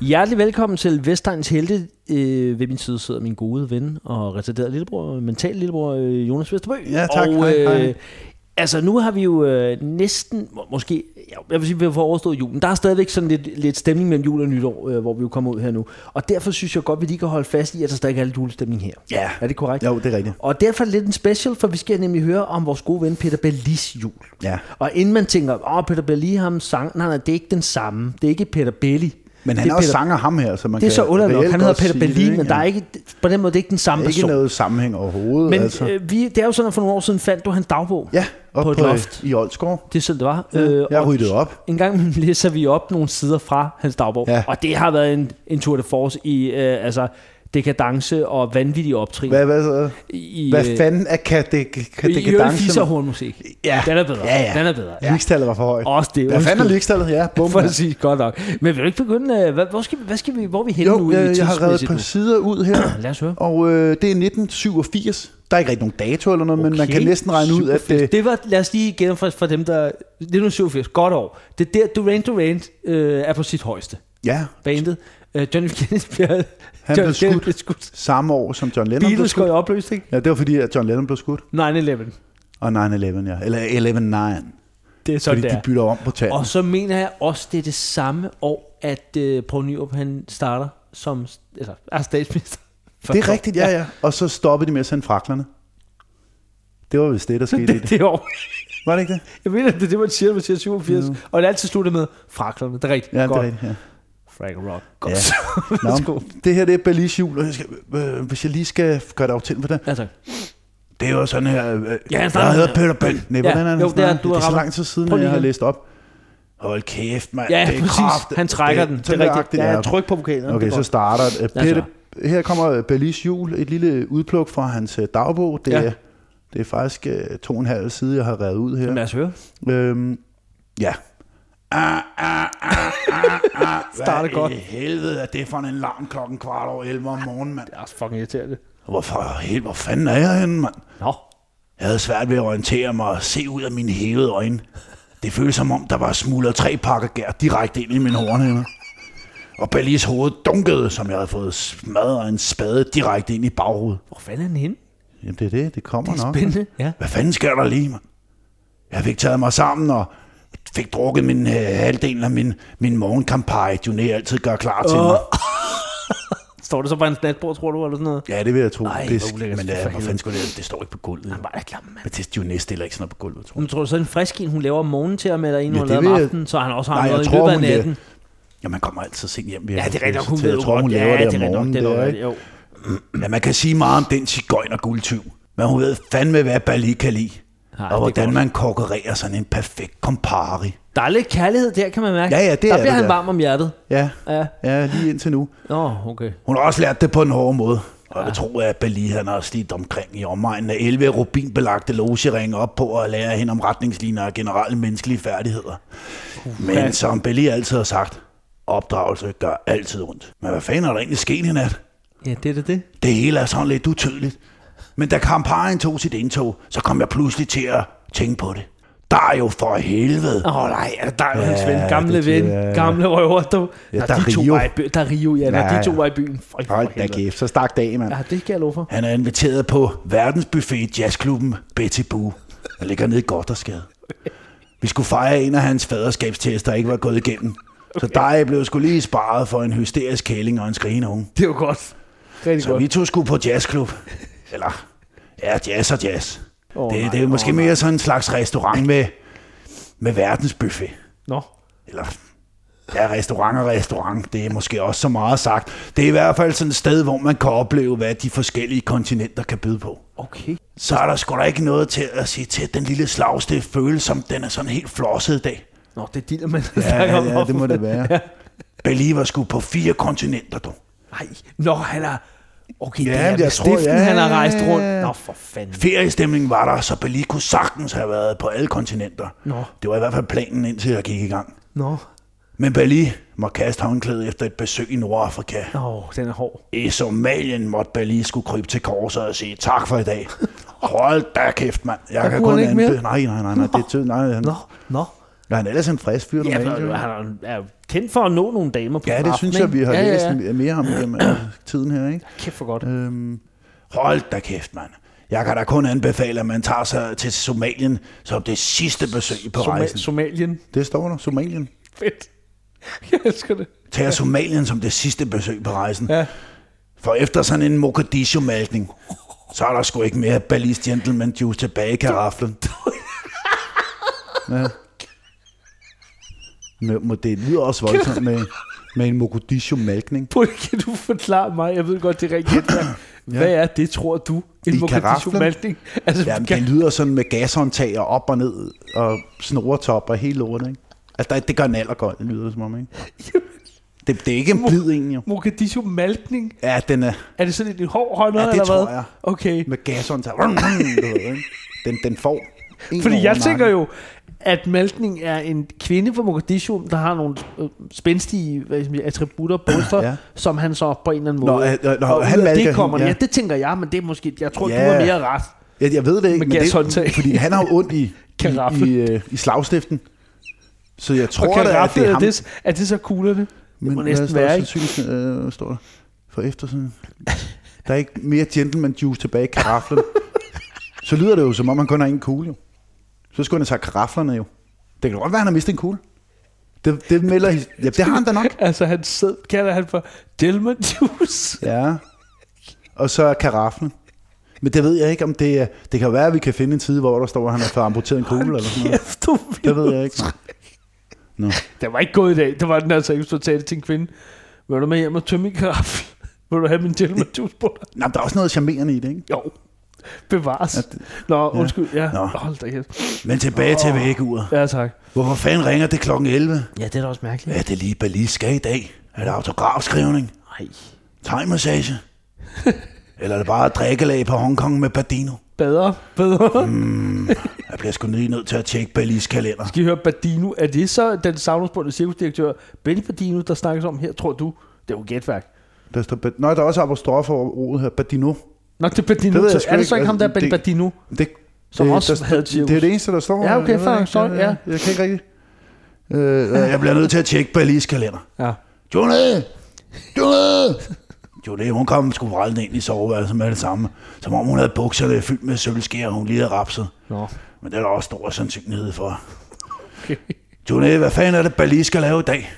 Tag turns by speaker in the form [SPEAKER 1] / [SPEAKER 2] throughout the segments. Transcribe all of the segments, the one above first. [SPEAKER 1] Hjertelig velkommen til Vestegns Helte. Øh, ved min side sidder min gode ven og retarderet lillebror, mental lillebror, øh, Jonas Vesterbø.
[SPEAKER 2] Ja, tak.
[SPEAKER 1] Og,
[SPEAKER 2] Hej, hej.
[SPEAKER 1] Altså, nu har vi jo øh, næsten, må- måske, ja, jeg vil sige, vi har fået overstået julen. Der er stadigvæk sådan lidt, lidt stemning mellem jul og nytår, øh, hvor vi jo kommer ud her nu. Og derfor synes jeg godt, vi lige kan holde fast i, at der stadig er lidt julestemning her.
[SPEAKER 2] Ja.
[SPEAKER 1] Er det korrekt?
[SPEAKER 2] Jo, det er rigtigt.
[SPEAKER 1] Og derfor er det lidt en special, for vi skal nemlig høre om vores gode ven Peter Bellis jul.
[SPEAKER 2] Ja.
[SPEAKER 1] Og inden man tænker, åh, Peter Belli, ham sang, nej, nej, det er ikke den samme. Det er ikke Peter Belli.
[SPEAKER 2] Men han
[SPEAKER 1] det
[SPEAKER 2] er også
[SPEAKER 1] Peter,
[SPEAKER 2] sanger ham her, så man
[SPEAKER 1] Det er
[SPEAKER 2] kan
[SPEAKER 1] så underligt nok.
[SPEAKER 2] reelt
[SPEAKER 1] Han hedder
[SPEAKER 2] godt
[SPEAKER 1] Peter
[SPEAKER 2] sige det,
[SPEAKER 1] Belli,
[SPEAKER 2] ikke?
[SPEAKER 1] men der er
[SPEAKER 2] Ja.
[SPEAKER 1] ikke, på den måde, det er ikke den samme
[SPEAKER 2] ikke
[SPEAKER 1] person.
[SPEAKER 2] noget sammenhæng overhovedet.
[SPEAKER 1] Men
[SPEAKER 2] altså.
[SPEAKER 1] øh, vi, det er jo sådan, at for nogle år siden fandt du hans dagbog.
[SPEAKER 2] ja, op
[SPEAKER 1] på
[SPEAKER 2] på, øh,
[SPEAKER 1] et loft.
[SPEAKER 2] i Oldsgård.
[SPEAKER 1] Det er sådan, det var.
[SPEAKER 2] Øh, jeg
[SPEAKER 1] og
[SPEAKER 2] ryddede op.
[SPEAKER 1] En gang imellem læser vi op nogle sider fra hans dagbog,
[SPEAKER 2] Ja.
[SPEAKER 1] og det har været en, en tour de force i øh, altså, dekadence og vanvittig optrin.
[SPEAKER 2] Hvad, hvad, hvad,
[SPEAKER 1] I,
[SPEAKER 2] hvad fanden er kadek,
[SPEAKER 1] det I øvrigt
[SPEAKER 2] kadekadence?
[SPEAKER 1] fiser hornmusik.
[SPEAKER 2] Ja.
[SPEAKER 1] Den er bedre.
[SPEAKER 2] Ja, ja.
[SPEAKER 1] Den er bedre.
[SPEAKER 2] Ja. Ligestallet var for højt.
[SPEAKER 1] Også det.
[SPEAKER 2] Hvad fanden er
[SPEAKER 1] undskyld.
[SPEAKER 2] ligestallet? Ja, bum.
[SPEAKER 1] Præcis, godt nok. Men vil du ikke begynde, øh, hvad, hvor, skal, vi- hvad skal vi, hvor er vi henne
[SPEAKER 2] Jo, øh,
[SPEAKER 1] nu i
[SPEAKER 2] jeg, jeg har reddet et
[SPEAKER 1] tidsmæssigt
[SPEAKER 2] par
[SPEAKER 1] nu?
[SPEAKER 2] sider ud her,
[SPEAKER 1] Lad os høre.
[SPEAKER 2] og øh, det er 1987. Der er ikke rigtig nogen dato eller noget, okay. men man kan næsten regne ud, at...
[SPEAKER 1] 87.
[SPEAKER 2] Øh,
[SPEAKER 1] Det var, lad os lige genopfriske for dem, der... 1987, godt år. Det er der, Duran Duran øh, er på sit højeste.
[SPEAKER 2] ja,
[SPEAKER 1] Bandet. Øh, Johnny F. Kennedy bliver... Han John
[SPEAKER 2] blev skudt.
[SPEAKER 1] Blev skudt.
[SPEAKER 2] samme år som John Lennon blev
[SPEAKER 1] Beatles går i
[SPEAKER 2] skudt.
[SPEAKER 1] opløsning.
[SPEAKER 2] Ja, det var fordi, at John Lennon blev skudt.
[SPEAKER 1] 9-11.
[SPEAKER 2] Og 9-11, ja. Eller 11-9.
[SPEAKER 1] Det er sådan,
[SPEAKER 2] Fordi
[SPEAKER 1] det
[SPEAKER 2] de
[SPEAKER 1] er.
[SPEAKER 2] bytter om på tallene.
[SPEAKER 1] Og så mener jeg også, det er det samme år, at øh, Poul Nyrup, han starter som altså, er statsminister.
[SPEAKER 2] Det er rigtigt, ja, ja. Og så stoppede de med at sende fraklerne. Det var vist det, der skete i
[SPEAKER 1] Det,
[SPEAKER 2] det.
[SPEAKER 1] det år.
[SPEAKER 2] Var det ikke det?
[SPEAKER 1] Jeg mener, det er det, man siger, når man siger 87. Mm. Og det er altid sluttet med fraklerne. Det er rigtigt.
[SPEAKER 2] Ja, det
[SPEAKER 1] godt.
[SPEAKER 2] er rigtigt, ja.
[SPEAKER 1] Frank Rock. Godt.
[SPEAKER 2] Ja.
[SPEAKER 1] Ja. Værsgo.
[SPEAKER 2] Nå, det her det er Berlis jul, og jeg skal, øh, hvis jeg lige skal gøre det af til for det.
[SPEAKER 1] Ja, tak.
[SPEAKER 2] Det er jo sådan her... Øh,
[SPEAKER 1] Ja, han snakker-
[SPEAKER 2] jeg hedder Peter Bøl. Nej, hvordan er
[SPEAKER 1] jo,
[SPEAKER 2] han?
[SPEAKER 1] det er-
[SPEAKER 2] snakker?
[SPEAKER 1] du har
[SPEAKER 2] det er så
[SPEAKER 1] ramt.
[SPEAKER 2] lang tid siden,
[SPEAKER 1] Prøv
[SPEAKER 2] at
[SPEAKER 1] lige
[SPEAKER 2] jeg har
[SPEAKER 1] her.
[SPEAKER 2] læst op. Hold kæft, mand.
[SPEAKER 1] Ja,
[SPEAKER 2] det er
[SPEAKER 1] præcis.
[SPEAKER 2] kraft.
[SPEAKER 1] Han trækker den. Det
[SPEAKER 2] sådan
[SPEAKER 1] er rigtigt.
[SPEAKER 2] nøjagtigt,
[SPEAKER 1] Ja,
[SPEAKER 2] det er.
[SPEAKER 1] tryk på pokalen.
[SPEAKER 2] Okay, så starter det.
[SPEAKER 1] Lad os
[SPEAKER 2] Peter, her kommer Berlis jul, et lille udpluk fra hans øh, dagbog. Det,
[SPEAKER 1] Ja.
[SPEAKER 2] er, det er faktisk øh, to og en halv side, jeg har revet ud her.
[SPEAKER 1] Lad os høre.
[SPEAKER 2] Øhm, ja. Ah, ah, ah, ah, ah.
[SPEAKER 1] Starter godt.
[SPEAKER 2] Hvad i helvede er det for en alarm klokken kvart over 11 om morgenen, mand?
[SPEAKER 1] Det er også fucking irriterende.
[SPEAKER 2] Hvorfor, helt, hvor fanden er jeg henne, mand?
[SPEAKER 1] Nå.
[SPEAKER 2] Jeg havde svært ved at orientere mig og se ud af mine hævede øjne. Det føltes som om, der var smuldret tre pakker gær direkte ind i mine hornhænder. Og Berlis hoved dunkede, som jeg havde fået smadret af en spade direkte ind i baghovedet.
[SPEAKER 1] Hvor fanden er den henne?
[SPEAKER 2] Jamen det er det, det kommer
[SPEAKER 1] Det er
[SPEAKER 2] nok.
[SPEAKER 1] spændende. Ja.
[SPEAKER 2] Hvad fanden sker der lige, mand? Jeg fik taget mig sammen og fik drukket min øh, halvdel af min, min morgenkampagne, Juné altid gør klar til
[SPEAKER 1] Åh.
[SPEAKER 2] mig.
[SPEAKER 1] Står det så på hans natbord, tror du, eller sådan noget?
[SPEAKER 2] Ja, det vil jeg tro.
[SPEAKER 1] Ej,
[SPEAKER 2] Ej,
[SPEAKER 1] hvor
[SPEAKER 2] det, sk-
[SPEAKER 1] ulækkert.
[SPEAKER 2] men
[SPEAKER 1] For
[SPEAKER 2] øh, hvor
[SPEAKER 1] helvede.
[SPEAKER 2] fanden skulle det? Det står ikke på gulvet. jo.
[SPEAKER 1] Han var da klam, mand.
[SPEAKER 2] Batiste Juné stiller ikke sådan noget på gulvet, tror jeg.
[SPEAKER 1] Nu tror du så en frisk en, hun laver om morgenen til ham, eller en,
[SPEAKER 2] Ja,
[SPEAKER 1] hun har
[SPEAKER 2] det
[SPEAKER 1] lavet om
[SPEAKER 2] vil jeg-
[SPEAKER 1] aftenen, så han også har
[SPEAKER 2] Nej, jeg
[SPEAKER 1] noget i
[SPEAKER 2] tror,
[SPEAKER 1] løbet af
[SPEAKER 2] hun-
[SPEAKER 1] natten.
[SPEAKER 2] Ja, man kommer altid sent hjem.
[SPEAKER 1] Ja, det er rigtigt nok, hun ved
[SPEAKER 2] Jeg
[SPEAKER 1] jo
[SPEAKER 2] tror,
[SPEAKER 1] godt.
[SPEAKER 2] hun
[SPEAKER 1] Ja,
[SPEAKER 2] laver
[SPEAKER 1] det
[SPEAKER 2] det,
[SPEAKER 1] er
[SPEAKER 2] om
[SPEAKER 1] rigtigt nok,
[SPEAKER 2] morgenen.
[SPEAKER 1] det er
[SPEAKER 2] der,
[SPEAKER 1] nok,
[SPEAKER 2] ikke?
[SPEAKER 1] jo.
[SPEAKER 2] Men man kan sige meget om den cigøjner guldtyv. Men hun ved fandme, hvad Bali kan lide.
[SPEAKER 1] Nej,
[SPEAKER 2] og
[SPEAKER 1] det er
[SPEAKER 2] hvordan
[SPEAKER 1] godt.
[SPEAKER 2] man kokkererer sådan en perfekt kompari.
[SPEAKER 1] Der er lidt kærlighed der, kan man mærke.
[SPEAKER 2] Ja, ja, det
[SPEAKER 1] der
[SPEAKER 2] er
[SPEAKER 1] bliver
[SPEAKER 2] det
[SPEAKER 1] han
[SPEAKER 2] der.
[SPEAKER 1] varm om hjertet.
[SPEAKER 2] Ja,
[SPEAKER 1] Ja.
[SPEAKER 2] ja, lige indtil nu.
[SPEAKER 1] Nå, okay.
[SPEAKER 2] Hun har også lært det på en hård måde. Og jeg tror, at Bali han har slidt omkring i omegnen af 11 rubinbelagte logeringer op på og lære hende om retningslinjer og generelle menneskelige færdigheder. Men som Bali altid har sagt, opdragelse gør altid ondt. Men hvad fanden er der egentlig sket i nat?
[SPEAKER 1] Ja, det er det. det.
[SPEAKER 2] Det hele er sådan lidt utydeligt. Men da kampagnen tog sit indtog, så kom jeg pludselig til at tænke på det. Der er jo for helvede.
[SPEAKER 1] Åh oh, nej, er det dig, ja, hans
[SPEAKER 2] Ja,
[SPEAKER 1] ven? Gamle
[SPEAKER 2] det-
[SPEAKER 1] ven,
[SPEAKER 2] ja.
[SPEAKER 1] gamle røver. Du.
[SPEAKER 2] Ja,
[SPEAKER 1] Når
[SPEAKER 2] der er
[SPEAKER 1] de to
[SPEAKER 2] Rio.
[SPEAKER 1] var i by- der er Rio, ja, når
[SPEAKER 2] Ja,
[SPEAKER 1] de to
[SPEAKER 2] ja.
[SPEAKER 1] var i byen. For, for helvede.
[SPEAKER 2] kæft, så stak dag, mand.
[SPEAKER 1] Ja, det kan jeg love for.
[SPEAKER 2] Han er inviteret på verdensbuffet i jazzklubben Betty Boo. Der ligger nede i Goddersgade. Vi skulle fejre en af hans faderskabstest, der ikke var gået igennem. Så dig blev skulle lige sparet for en hysterisk kæling og en skrigende unge.
[SPEAKER 1] Det er jo godt. Rigtig
[SPEAKER 2] Så
[SPEAKER 1] godt.
[SPEAKER 2] vi to skulle på jazzklub. Eller, ja, jazz og jazz.
[SPEAKER 1] Åh,
[SPEAKER 2] det,
[SPEAKER 1] nej,
[SPEAKER 2] det er måske
[SPEAKER 1] åh,
[SPEAKER 2] mere sådan en slags restaurant med, med verdensbuffet.
[SPEAKER 1] Nå.
[SPEAKER 2] Eller, ja, restaurant og restaurant, det er måske også så meget sagt. Det er i hvert fald sådan et sted, hvor man kan opleve, hvad de forskellige kontinenter kan byde på.
[SPEAKER 1] Okay.
[SPEAKER 2] Så er der sgu da ikke noget til at sige til, at den lille slagste føles som, den er sådan helt flosset i dag.
[SPEAKER 1] Nå, det er dealer, man snakker om.
[SPEAKER 2] være. Bali var sgu på fire kontinenter, du.
[SPEAKER 1] Nej, nå, han er... Okay, ja,
[SPEAKER 2] Ja,
[SPEAKER 1] det er
[SPEAKER 2] men
[SPEAKER 1] med
[SPEAKER 2] jeg tror,
[SPEAKER 1] stiften,
[SPEAKER 2] ja,
[SPEAKER 1] han har
[SPEAKER 2] ja,
[SPEAKER 1] rejst
[SPEAKER 2] ja,
[SPEAKER 1] rundt.
[SPEAKER 2] ja.
[SPEAKER 1] Nå, for fanden.
[SPEAKER 2] Feriestemningen var der, så Bali kunne sagtens have været på alle kontinenter.
[SPEAKER 1] Nå.
[SPEAKER 2] Det var i hvert fald planen, indtil jeg gik i gang.
[SPEAKER 1] Nå,
[SPEAKER 2] Men Bali må kaste håndklædet efter et besøg i Nordafrika.
[SPEAKER 1] nå den er hård.
[SPEAKER 2] I Somalien måtte Bali skulle krybe til korset og sige tak for i dag. Hold da kæft, mand. Jeg
[SPEAKER 1] Der
[SPEAKER 2] kan
[SPEAKER 1] kunne
[SPEAKER 2] kun
[SPEAKER 1] han ikke
[SPEAKER 2] anbefale... Nej, nej, nej, nej. Det er tydeligt. Nej, han...
[SPEAKER 1] Nå, nå.
[SPEAKER 2] Ja, han er ellers en frisk fyr,
[SPEAKER 1] Ja,
[SPEAKER 2] normalt,
[SPEAKER 1] for,
[SPEAKER 2] jo.
[SPEAKER 1] han er er kendt for at nå nogle damer på
[SPEAKER 2] Ja, det
[SPEAKER 1] aften,
[SPEAKER 2] synes jeg,
[SPEAKER 1] ikke?
[SPEAKER 2] vi har
[SPEAKER 1] ja,
[SPEAKER 2] læst
[SPEAKER 1] ja, ja.
[SPEAKER 2] mere om gennem øh, tiden her, ikke?
[SPEAKER 1] Kæft for godt.
[SPEAKER 2] Øhm, hold da kæft, mand. Jeg kan da kun anbefale, at man tager sig til Somalien som det sidste besøg på
[SPEAKER 1] Soma-
[SPEAKER 2] rejsen.
[SPEAKER 1] Somalien.
[SPEAKER 2] Det står der, Somalien.
[SPEAKER 1] Fedt. Jeg elsker det.
[SPEAKER 2] Tag Somalien som det sidste besøg på rejsen.
[SPEAKER 1] Ja.
[SPEAKER 2] For efter sådan en Mogadishu-malkning, så er der sgu ikke mere Ballist Gentleman Juice tilbage i karaflen. Ja. Men, men det lyder også voldsomt med, med en Mogadishu-malkning.
[SPEAKER 1] Prøv, kan du forklare mig? Jeg ved godt, det er rigtigt. Hvad er det, tror du? En
[SPEAKER 2] I
[SPEAKER 1] Mogadishu-malting? Altså,
[SPEAKER 2] Jamen,
[SPEAKER 1] kan-
[SPEAKER 2] det lyder sådan med gashåndtag og op og ned og snoretop og hele lortet, ikke? Altså, der, det gør en allergold, det lyder det som om, ikke? Det, det er ikke en blid en, jo.
[SPEAKER 1] Mogadishu-maltning?
[SPEAKER 2] Ja, den er
[SPEAKER 1] Er det sådan en hård hånd,
[SPEAKER 2] Ja, det
[SPEAKER 1] eller
[SPEAKER 2] tror
[SPEAKER 1] hvad?
[SPEAKER 2] jeg.
[SPEAKER 1] Okay.
[SPEAKER 2] med gashåndtag. Du ved, ikke? Den, den får en
[SPEAKER 1] Fordi
[SPEAKER 2] over
[SPEAKER 1] jeg
[SPEAKER 2] nakken.
[SPEAKER 1] tænker jo, at maltning er en kvinde fra Mogadishu, der har nogle øh, spændstige hvad skal man sige, attributter, bryster,
[SPEAKER 2] Ja.
[SPEAKER 1] ja. som han så på en eller anden
[SPEAKER 2] Nå,
[SPEAKER 1] måde...
[SPEAKER 2] øh, øh, nå,
[SPEAKER 1] og ud
[SPEAKER 2] han
[SPEAKER 1] af
[SPEAKER 2] malker
[SPEAKER 1] det kommer
[SPEAKER 2] hende,
[SPEAKER 1] ja.
[SPEAKER 2] ja.
[SPEAKER 1] ja, det tænker jeg, men det er måske... Jeg tror,
[SPEAKER 2] Ja.
[SPEAKER 1] du er mere ret.
[SPEAKER 2] Jeg, jeg ved det ikke,
[SPEAKER 1] Med
[SPEAKER 2] men det,
[SPEAKER 1] gashåndtag.
[SPEAKER 2] er- fordi han har jo ondt i, i,
[SPEAKER 1] Karaffel.
[SPEAKER 2] i, øh, i slagstiften. Så jeg tror
[SPEAKER 1] Og
[SPEAKER 2] da, at
[SPEAKER 1] karaffel,
[SPEAKER 2] det er
[SPEAKER 1] er
[SPEAKER 2] ham.
[SPEAKER 1] det, er det så kuglerne?
[SPEAKER 2] men
[SPEAKER 1] må
[SPEAKER 2] hvad
[SPEAKER 1] næsten
[SPEAKER 2] står der
[SPEAKER 1] være, ikke?
[SPEAKER 2] sandsynligvis, øh, står der? For eftersiden. Der er ikke mere gentleman juice tilbage i karaflen. så lyder det jo, som om han kun har en kugle, jo. Så skulle han have sagt karaflerne, jo. Det kan godt være, han har mistet en kugle. Det, det melder... his- Ja, det har han da nok.
[SPEAKER 1] Altså, han sæd, kalder han for Delman Juice.
[SPEAKER 2] Ja. Og så er karaflen. Men det ved jeg ikke, om det er... Det kan være, at vi kan finde en side, hvor der står, at han har fået amputeret en kugle eller sådan noget.
[SPEAKER 1] Kæft, du
[SPEAKER 2] Det ved jeg ikke. Nå.
[SPEAKER 1] Det var ikke god i dag. Det var den altså ikke, hvis du sagde det til en kvinde. Vil du med hjem og tømme min karaffel? Vil du have min Delman Juice på dig?
[SPEAKER 2] Nå, men der er også noget charmerende i det, ikke?
[SPEAKER 1] Jo. Bevares.
[SPEAKER 2] Ja,
[SPEAKER 1] Nå, undskyld. Ja.
[SPEAKER 2] Nå.
[SPEAKER 1] Hold da kæft.
[SPEAKER 2] Men tilbage oh. til væggeuret.
[SPEAKER 1] Ja, tak.
[SPEAKER 2] Hvorfor fanden ringer det klokken 11?
[SPEAKER 1] Ja, det er da også mærkeligt.
[SPEAKER 2] Hvad er det lige, Balis skal i dag? Er det autografskrivning?
[SPEAKER 1] Nej.
[SPEAKER 2] Thai-massage? Eller er det bare drikkelag på Hongkong med Badino?
[SPEAKER 1] Bedre, bedre. Mm.
[SPEAKER 2] Jeg bliver sgu lige nødt til at tjekke Balis kalender.
[SPEAKER 1] Skal I høre Badino? Er det så den savnomsbundne cirkusdirektør, Benny Badino, der snakkes om her, tror du? Det er jo gætværk.
[SPEAKER 2] Der står, Bad- Nå, der er også apostrof over ordet her. Badino.
[SPEAKER 1] Nok til Badino.
[SPEAKER 2] Det ved jeg
[SPEAKER 1] så,
[SPEAKER 2] sgu
[SPEAKER 1] er det
[SPEAKER 2] ikke.
[SPEAKER 1] så ikke ham, der er
[SPEAKER 2] Altså,
[SPEAKER 1] Benny
[SPEAKER 2] det-
[SPEAKER 1] Badino?
[SPEAKER 2] Det,
[SPEAKER 1] Som også
[SPEAKER 2] der,
[SPEAKER 1] havde
[SPEAKER 2] det, det er det eneste, der står.
[SPEAKER 1] Ja, okay,
[SPEAKER 2] Jeg ved
[SPEAKER 1] fair,
[SPEAKER 2] ikke,
[SPEAKER 1] sorry,
[SPEAKER 2] jeg-
[SPEAKER 1] ja.
[SPEAKER 2] Jeg kan ikke rigtig... Øh, jeg bliver nødt til at tjekke Balis kalender.
[SPEAKER 1] Ja.
[SPEAKER 2] Johnny! Johnny! Johnny, hun kom sgu vralende ind i soveværelset med det samme. Som om hun havde bukserne fyldt med sølvskær, og hun lige havde rapset.
[SPEAKER 1] Nå.
[SPEAKER 2] Men det er der også stor sandsynlighed for.
[SPEAKER 1] Okay.
[SPEAKER 2] Johnny, hvad fanden er det, Bali skal lave i dag?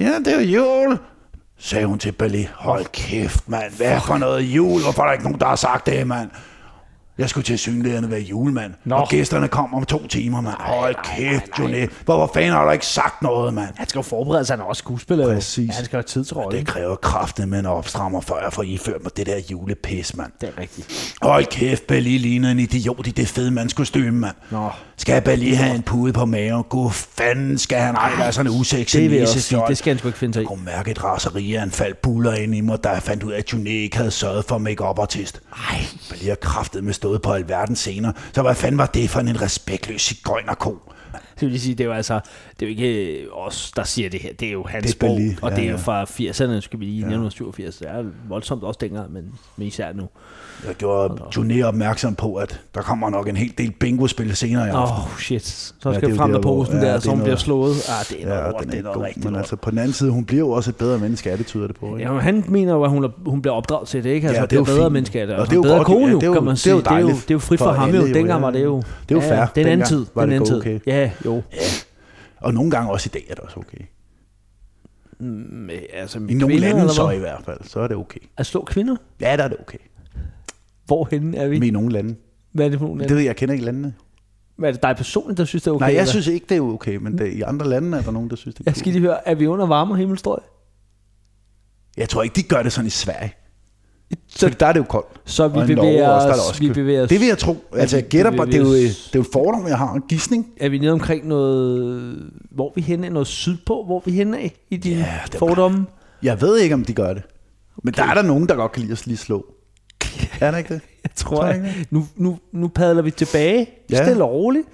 [SPEAKER 2] Ja, det er jul, sagde hun til Bali. Hold kæft, mand. Hvad for noget jul? Hvorfor er der ikke nogen, der har sagt det, mand? Jeg skulle til synlæderne være julemand.
[SPEAKER 1] Nå.
[SPEAKER 2] Og gæsterne kom om to timer, mand. Hold kæft, Johnny. Hvorfor fanden har du ikke sagt noget, mand?
[SPEAKER 1] Han skal jo forberede sig, han er også skuespiller. jo.
[SPEAKER 2] Præcis.
[SPEAKER 1] Ja, han skal have tid til rollen.
[SPEAKER 2] Det kræver kraften med en opstrammer, før jeg får iført mig det der julepis, mand.
[SPEAKER 1] det er rigtigt.
[SPEAKER 2] Hold kæft, Bali ligner en idiot i det fede mandskostyme, mand.
[SPEAKER 1] Nå.
[SPEAKER 2] Skal Bali have en pude på maven? Gud fanden skal han
[SPEAKER 1] Ah,
[SPEAKER 2] ej være sådan en usexet nisseskjold.
[SPEAKER 1] skal han sgu ikke finde sig
[SPEAKER 2] Jeg kunne mærke et raserianfald buller ind i mig, da jeg fandt ud af, at Juné ikke havde sørget for make artist Ej. Bali har kraftet med stået på alverden senere, så hvad fanden var det for en respektløs grønnerko?
[SPEAKER 1] Det vil lige sige, det er jo altså, det er jo ikke øh, os, der siger det her. Det er jo hans
[SPEAKER 2] Det er
[SPEAKER 1] sprog,
[SPEAKER 2] Bali.
[SPEAKER 1] og
[SPEAKER 2] Ja,
[SPEAKER 1] det er jo
[SPEAKER 2] ja.
[SPEAKER 1] fra 80'erne, skal vi lige nævne 87. Det er voldsomt også dengang, men, men især nu.
[SPEAKER 2] Jeg gjorde Juné opmærksom på, at der kommer nok en hel del bingo-spil senere i aften.
[SPEAKER 1] Åh, oh, shit. Så
[SPEAKER 2] det er
[SPEAKER 1] skal ja,
[SPEAKER 2] jo
[SPEAKER 1] frem med
[SPEAKER 2] der, hvor-
[SPEAKER 1] posen
[SPEAKER 2] ja,
[SPEAKER 1] der,
[SPEAKER 2] det er
[SPEAKER 1] som
[SPEAKER 2] noget-
[SPEAKER 1] bliver slået. Ah, det er
[SPEAKER 2] Ja,
[SPEAKER 1] noget, ja,
[SPEAKER 2] den
[SPEAKER 1] det er
[SPEAKER 2] er ikke
[SPEAKER 1] noget
[SPEAKER 2] god,
[SPEAKER 1] rigtigt
[SPEAKER 2] men
[SPEAKER 1] lort.
[SPEAKER 2] altså på den anden side, hun bliver jo også et bedre menneske, er det tyder det på, ikke?
[SPEAKER 1] Ja, men han mener jo, at hun, er- hun bliver opdraget til det, ikke? Altså,
[SPEAKER 2] Ja,
[SPEAKER 1] ja,
[SPEAKER 2] det
[SPEAKER 1] det
[SPEAKER 2] er
[SPEAKER 1] er
[SPEAKER 2] jo
[SPEAKER 1] bedre
[SPEAKER 2] fint.
[SPEAKER 1] menneske, eller
[SPEAKER 2] Og det
[SPEAKER 1] det
[SPEAKER 2] er
[SPEAKER 1] er jo
[SPEAKER 2] jo
[SPEAKER 1] bedre
[SPEAKER 2] godt,
[SPEAKER 1] kone,
[SPEAKER 2] ja,
[SPEAKER 1] jo,
[SPEAKER 2] det er jo-
[SPEAKER 1] kan man
[SPEAKER 2] det er jo
[SPEAKER 1] sige. Det er jo,
[SPEAKER 2] dejligt
[SPEAKER 1] det er jo frit
[SPEAKER 2] for
[SPEAKER 1] for, ham,
[SPEAKER 2] alle
[SPEAKER 1] jo.
[SPEAKER 2] jo,
[SPEAKER 1] Dengang
[SPEAKER 2] ja.
[SPEAKER 1] var det jo...
[SPEAKER 2] Det er jo
[SPEAKER 1] ja,
[SPEAKER 2] fair.
[SPEAKER 1] Det er en anden
[SPEAKER 2] Dengang
[SPEAKER 1] tid.
[SPEAKER 2] var
[SPEAKER 1] det er en
[SPEAKER 2] det
[SPEAKER 1] anden
[SPEAKER 2] okay.
[SPEAKER 1] tid. Ja, jo.
[SPEAKER 2] Og nogle gange også i dag er det også okay.
[SPEAKER 1] Men, altså,
[SPEAKER 2] Øhm, I nogle
[SPEAKER 1] kvinder,
[SPEAKER 2] lande
[SPEAKER 1] eller
[SPEAKER 2] så
[SPEAKER 1] hvad?
[SPEAKER 2] i hvert fald, så er det okay.
[SPEAKER 1] At slå kvinder?
[SPEAKER 2] Ja, der er det okay.
[SPEAKER 1] Hvorhenne er vi?
[SPEAKER 2] Men i nogle lande.
[SPEAKER 1] Hvad er det for nogle
[SPEAKER 2] Det ved jeg, jeg kender ikke landene.
[SPEAKER 1] Men er det dig personligt, der synes, det er okay?
[SPEAKER 2] Nej, jeg
[SPEAKER 1] eller?
[SPEAKER 2] synes ikke, det er okay, men det, i andre lande er der nogen, der synes, det er
[SPEAKER 1] Jeg skal lige høre, er vi under varme og himmelstrøg?
[SPEAKER 2] cool. Jeg tror ikke, de gør det sådan i Sverige. Så
[SPEAKER 1] Så,
[SPEAKER 2] der er det jo koldt.
[SPEAKER 1] så vi,
[SPEAKER 2] Og i
[SPEAKER 1] bevæger
[SPEAKER 2] Norge også, der er det
[SPEAKER 1] os,
[SPEAKER 2] også
[SPEAKER 1] vi
[SPEAKER 2] kø.
[SPEAKER 1] bevæger os.
[SPEAKER 2] Det vil jeg tro. Altså, jeg
[SPEAKER 1] vi
[SPEAKER 2] gætter på, det er jo
[SPEAKER 1] bevæger os-
[SPEAKER 2] det er jo en fordom, jeg har. En gissning.
[SPEAKER 1] Er vi nede omkring noget... Hvor er vi henne af? Noget sydpå? Hvor er vi henne af i dine
[SPEAKER 2] Ja, det
[SPEAKER 1] ja,
[SPEAKER 2] er-
[SPEAKER 1] fordomme?
[SPEAKER 2] Jeg ved ikke, om de gør det. Men der er der nogen, der godt kan lide at lige slå. Er der ikke det?
[SPEAKER 1] Jeg
[SPEAKER 2] Tror
[SPEAKER 1] tror,
[SPEAKER 2] jeg
[SPEAKER 1] jeg. Nu, nu, nu padler vi tilbage,
[SPEAKER 2] Ja.
[SPEAKER 1] ja. stille og roligt,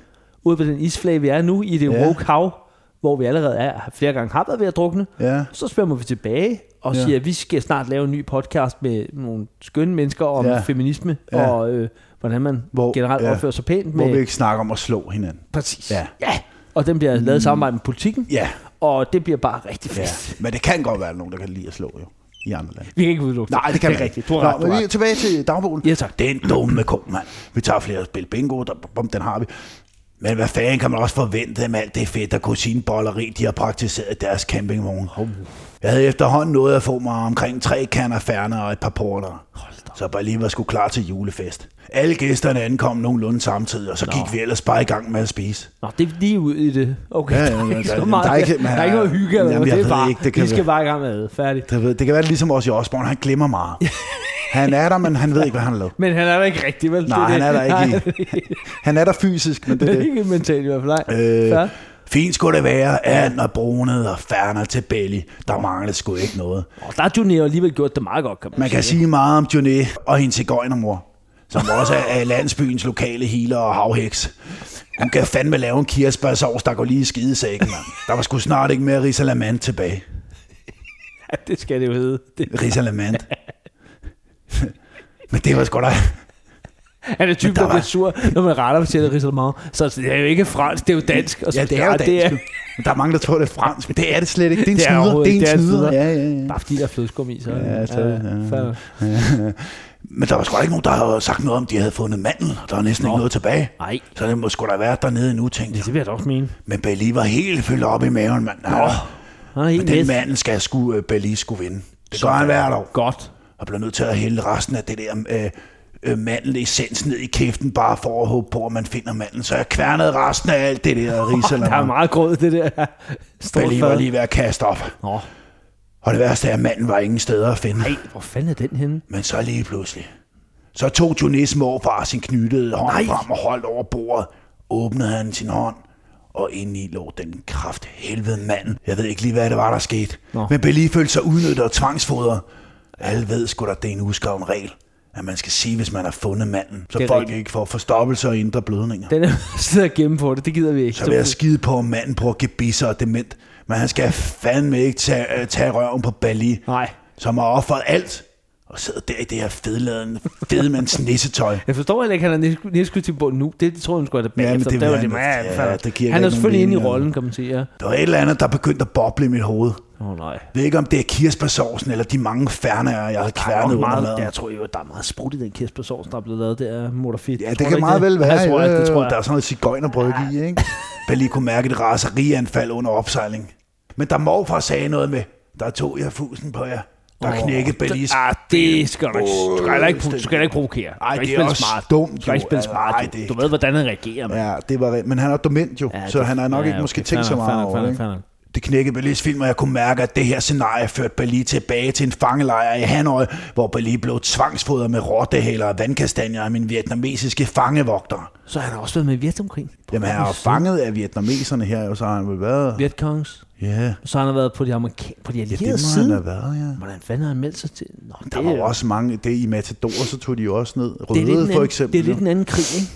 [SPEAKER 1] ud på den isflage, vi er nu, i det
[SPEAKER 2] Ja.
[SPEAKER 1] ja. woke hav, hvor vi allerede er, flere gange har været ved at drukne.
[SPEAKER 2] Ja.
[SPEAKER 1] Så spørger vi tilbage og
[SPEAKER 2] Ja.
[SPEAKER 1] ja. siger, at vi skal snart lave en ny podcast med nogle skønne mennesker om
[SPEAKER 2] Ja.
[SPEAKER 1] ja. feminisme
[SPEAKER 2] Ja.
[SPEAKER 1] ja. og øh, hvordan man
[SPEAKER 2] Hvor-
[SPEAKER 1] hvor, generelt
[SPEAKER 2] ja.
[SPEAKER 1] ja. opfører sig pænt
[SPEAKER 2] Hvor vi
[SPEAKER 1] med...
[SPEAKER 2] ikke snakker om at slå hinanden.
[SPEAKER 1] Præcis.
[SPEAKER 2] Ja.
[SPEAKER 1] ja. og den bliver lavet i samarbejde med politikken.
[SPEAKER 2] Ja.
[SPEAKER 1] Og det bliver bare rigtig
[SPEAKER 2] ja.
[SPEAKER 1] fedt.
[SPEAKER 2] Men det kan godt være nogen, der kan lide at slå jo, i andre lande.
[SPEAKER 1] Vi kan ikke udelukke
[SPEAKER 2] Nej, det kan
[SPEAKER 1] det
[SPEAKER 2] vi
[SPEAKER 1] er
[SPEAKER 2] ikke.
[SPEAKER 1] rigtigt. Du har ret,
[SPEAKER 2] Nå,
[SPEAKER 1] du
[SPEAKER 2] men
[SPEAKER 1] har
[SPEAKER 2] vi
[SPEAKER 1] ret.
[SPEAKER 2] er tilbage til dagbogen.
[SPEAKER 1] Ja, tak.
[SPEAKER 2] Den dumme ko, mand. Vi tager flere spil bingo, der, bum, den har vi. Men hvad fanden kan man også forvente med alt det fedt og kusinbolleri, de har praktiseret i deres campingvogn? Jeg havde efterhånden nået at få mig omkring tre kander færner og et par porter. Så bare lige var skulle klar til julefest. Alle gæsterne ankom nogenlunde samtidig, og så gik vi ellers bare i gang med at spise.
[SPEAKER 1] Nå, det er lige ud i det. Okay,
[SPEAKER 2] Ja, ja,
[SPEAKER 1] der er
[SPEAKER 2] ja,
[SPEAKER 1] ikke
[SPEAKER 2] der-
[SPEAKER 1] så
[SPEAKER 2] der-
[SPEAKER 1] meget.
[SPEAKER 2] der er ikke-
[SPEAKER 1] der er ikke noget hygge.
[SPEAKER 2] Jamen,
[SPEAKER 1] Eller noget.
[SPEAKER 2] jeg
[SPEAKER 1] Det er
[SPEAKER 2] ved
[SPEAKER 1] bare,
[SPEAKER 2] ikke,
[SPEAKER 1] det
[SPEAKER 2] det kan
[SPEAKER 1] vi skal
[SPEAKER 2] være-
[SPEAKER 1] bare i gang med det. Færdig.
[SPEAKER 2] Det, ved, det kan være ligesom også i Osborne, han glemmer meget. Han er der, men han ved ikke, hvad han har lavet.
[SPEAKER 1] Men han er der ikke rigtig, vel?
[SPEAKER 2] Nej, han er der ikke
[SPEAKER 1] Nej,
[SPEAKER 2] Han er der fysisk, men det er
[SPEAKER 1] det er
[SPEAKER 2] det.
[SPEAKER 1] ikke mentalt i hvert fald. Nej.
[SPEAKER 2] Øh,
[SPEAKER 1] Fair.
[SPEAKER 2] fint skulle det være, and og brunet og færner til Belly. Der manglede sgu ikke noget.
[SPEAKER 1] Og der har Junior alligevel gjort det meget godt, kan man,
[SPEAKER 2] Man kan sige meget om Joné og hendes cigøjnermor, som også er- er landsbyens lokale healer og havheks. Hun kan fandme lave en kirsebærsovs, der går lige i skidesækken, mand. Der var sgu snart ikke mere risalamand tilbage.
[SPEAKER 1] Ja, det skal det jo hedde. Det.
[SPEAKER 2] Risalamand. Men det var sgu da...
[SPEAKER 1] Han er typen,
[SPEAKER 2] der
[SPEAKER 1] der, der bliver sur,
[SPEAKER 2] var-
[SPEAKER 1] når man retter på til Richard Mao. Så det er jo ikke fransk, det er jo dansk. Og så,
[SPEAKER 2] Ja, det er jo
[SPEAKER 1] Nej,
[SPEAKER 2] dansk. jo. Men Der er mange, der tror, det er fransk, men det er det slet ikke. Det er en
[SPEAKER 1] Det er
[SPEAKER 2] snyder.
[SPEAKER 1] overhovedet
[SPEAKER 2] Det er en
[SPEAKER 1] ikke. Det er en
[SPEAKER 2] snyder.
[SPEAKER 1] snyder.
[SPEAKER 2] Ja, ja, ja.
[SPEAKER 1] Bare fordi der er flødeskum i, så...
[SPEAKER 2] Ja, så- ja.
[SPEAKER 1] fair.
[SPEAKER 2] Men der var sgu da ikke nogen, der havde sagt noget om, de havde fundet mandel. Der var næsten ikke noget tilbage.
[SPEAKER 1] Nej,
[SPEAKER 2] Så det må sgu da være dernede endnu, tænkte
[SPEAKER 1] det
[SPEAKER 2] jeg.
[SPEAKER 1] vil jeg da også mene.
[SPEAKER 2] Men Belli var helt fyldt op i maven, mand. Nå,
[SPEAKER 1] Han er helt
[SPEAKER 2] den
[SPEAKER 1] med.
[SPEAKER 2] mand skal sku, øh, Belli skulle vinde. Det gør han hvert år.
[SPEAKER 1] Godt.
[SPEAKER 2] Og bliver nødt til at hælde resten af det der øh, øh, mandelessens ned i kæften, bare for at håbe på, at man finder mandlen. Så jeg kværnede resten af alt det der
[SPEAKER 1] Der er
[SPEAKER 2] risalamande.
[SPEAKER 1] meget grød, i det der. Stort
[SPEAKER 2] Belli var
[SPEAKER 1] fad.
[SPEAKER 2] lige ved at kaste op.
[SPEAKER 1] Nå,
[SPEAKER 2] Og det værste er, at manden var ingen steder at finde.
[SPEAKER 1] hey, hvor fanden er den henne?
[SPEAKER 2] Men så lige pludselig, så tog Jonis morfar sin knyttede hånd Nej. frem og holdt over bordet. Åbnede han sin hånd, og indeni lå den kraft helvede manden. Jeg ved ikke lige, hvad det var, der skete. Nå.
[SPEAKER 1] Nå.
[SPEAKER 2] Men Belli følte sig udnyttet og tvangsfodret. Alle ved sgu da, det er en uskreven regel, at man skal sige, hvis man har fundet manden, så
[SPEAKER 1] Det er
[SPEAKER 2] folk
[SPEAKER 1] rigtigt.
[SPEAKER 2] ikke får forstoppelse og indre blødninger.
[SPEAKER 1] Den er sidder og gemme på det, det gider vi ikke.
[SPEAKER 2] Så vil jeg skide på, om manden prøver at give bisser og dement. Men han skal fandme ikke tage, øh, tage røven på Belli
[SPEAKER 1] Nej,
[SPEAKER 2] som har offeret alt, og sidder der i det her fedladende, fedemands nissetøj.
[SPEAKER 1] jeg forstår heller ikke, at han er næskud til bunden nu. Det, det tror jeg, han skulle have det
[SPEAKER 2] Ja,
[SPEAKER 1] bag
[SPEAKER 2] men
[SPEAKER 1] efter.
[SPEAKER 2] det
[SPEAKER 1] Der
[SPEAKER 2] vil
[SPEAKER 1] var
[SPEAKER 2] han-
[SPEAKER 1] meget,
[SPEAKER 2] ja,
[SPEAKER 1] fair.
[SPEAKER 2] det giver
[SPEAKER 1] han
[SPEAKER 2] ikke
[SPEAKER 1] er
[SPEAKER 2] nogen
[SPEAKER 1] selvfølgelig inde i
[SPEAKER 2] mening,
[SPEAKER 1] rollen, kan man sige. Ja.
[SPEAKER 2] Der var et eller andet, der begyndte at boble i mit hoved.
[SPEAKER 1] Åh oh, nej.
[SPEAKER 2] Jeg ved ikke, om det er kirsebærsovsen, eller de mange færnager, jeg har
[SPEAKER 1] Der er
[SPEAKER 2] kværnet
[SPEAKER 1] nok
[SPEAKER 2] under
[SPEAKER 1] meget,
[SPEAKER 2] maden.
[SPEAKER 1] jeg tror jo, der er meget sprudt i den kirsebærsovs, der er blevet lavet der morderfit.
[SPEAKER 2] Ja, det kan meget vel være.
[SPEAKER 1] Jeg tror,
[SPEAKER 2] ja,
[SPEAKER 1] jeg, det
[SPEAKER 2] ja,
[SPEAKER 1] tror
[SPEAKER 2] Der er
[SPEAKER 1] jeg.
[SPEAKER 2] sådan noget cigøjnerbryg i, ikke? Bare lige kunne mærke et raserianfald under opsejling. Men der morfar sagde noget med, der tog jeg fusen på jer. Der
[SPEAKER 1] Åh,
[SPEAKER 2] knækkede Bellis.
[SPEAKER 1] Ah, det skal du ikke. Du skal heller ikke, du skal heller ikke provokere.
[SPEAKER 2] Ej,
[SPEAKER 1] du skal
[SPEAKER 2] det
[SPEAKER 1] ikke
[SPEAKER 2] er
[SPEAKER 1] spille
[SPEAKER 2] også
[SPEAKER 1] smart.
[SPEAKER 2] dumt,
[SPEAKER 1] Du skal ikke
[SPEAKER 2] jo.
[SPEAKER 1] spille
[SPEAKER 2] Altså,
[SPEAKER 1] smart.
[SPEAKER 2] ej,
[SPEAKER 1] jo.
[SPEAKER 2] det er
[SPEAKER 1] Du ved, hvordan han reagerer, mand.
[SPEAKER 2] Ja, det var rent. Men han er dement jo,
[SPEAKER 1] Ah. Ja,
[SPEAKER 2] så
[SPEAKER 1] det-
[SPEAKER 2] han har nok
[SPEAKER 1] ja,
[SPEAKER 2] ikke måske
[SPEAKER 1] okay,
[SPEAKER 2] tænkt så
[SPEAKER 1] fair nok,
[SPEAKER 2] meget
[SPEAKER 1] fair nok,
[SPEAKER 2] over
[SPEAKER 1] fair
[SPEAKER 2] det.
[SPEAKER 1] nok,
[SPEAKER 2] ikke?
[SPEAKER 1] fair nok.
[SPEAKER 2] Det knækkede Berlis film, og jeg kunne mærke, at det her scenarie førte Berli tilbage til en fangelejr i Hanoi, hvor Berli blev tvangsfodret med rottehæler og vandkastanjer af mine vietnamesiske fangevogtere.
[SPEAKER 1] Så har han også været med i Vietnamkrigen.
[SPEAKER 2] Jamen, han er jo fanget af vietnameserne her, og så har han vel været...
[SPEAKER 1] Vietkongs.
[SPEAKER 2] Ja,
[SPEAKER 1] Så har han været på de, amerikan- på de
[SPEAKER 2] ja
[SPEAKER 1] allierede
[SPEAKER 2] det må han
[SPEAKER 1] side.
[SPEAKER 2] have været, ja.
[SPEAKER 1] Hvordan fanden har han meldt sig til? Nå,
[SPEAKER 2] Der var jo også mange... Det i Matador, så tog de jo også ned.
[SPEAKER 1] det er lidt en
[SPEAKER 2] Røde, for
[SPEAKER 1] anden-
[SPEAKER 2] eksempel.
[SPEAKER 1] Det er lidt en anden krig, ikke?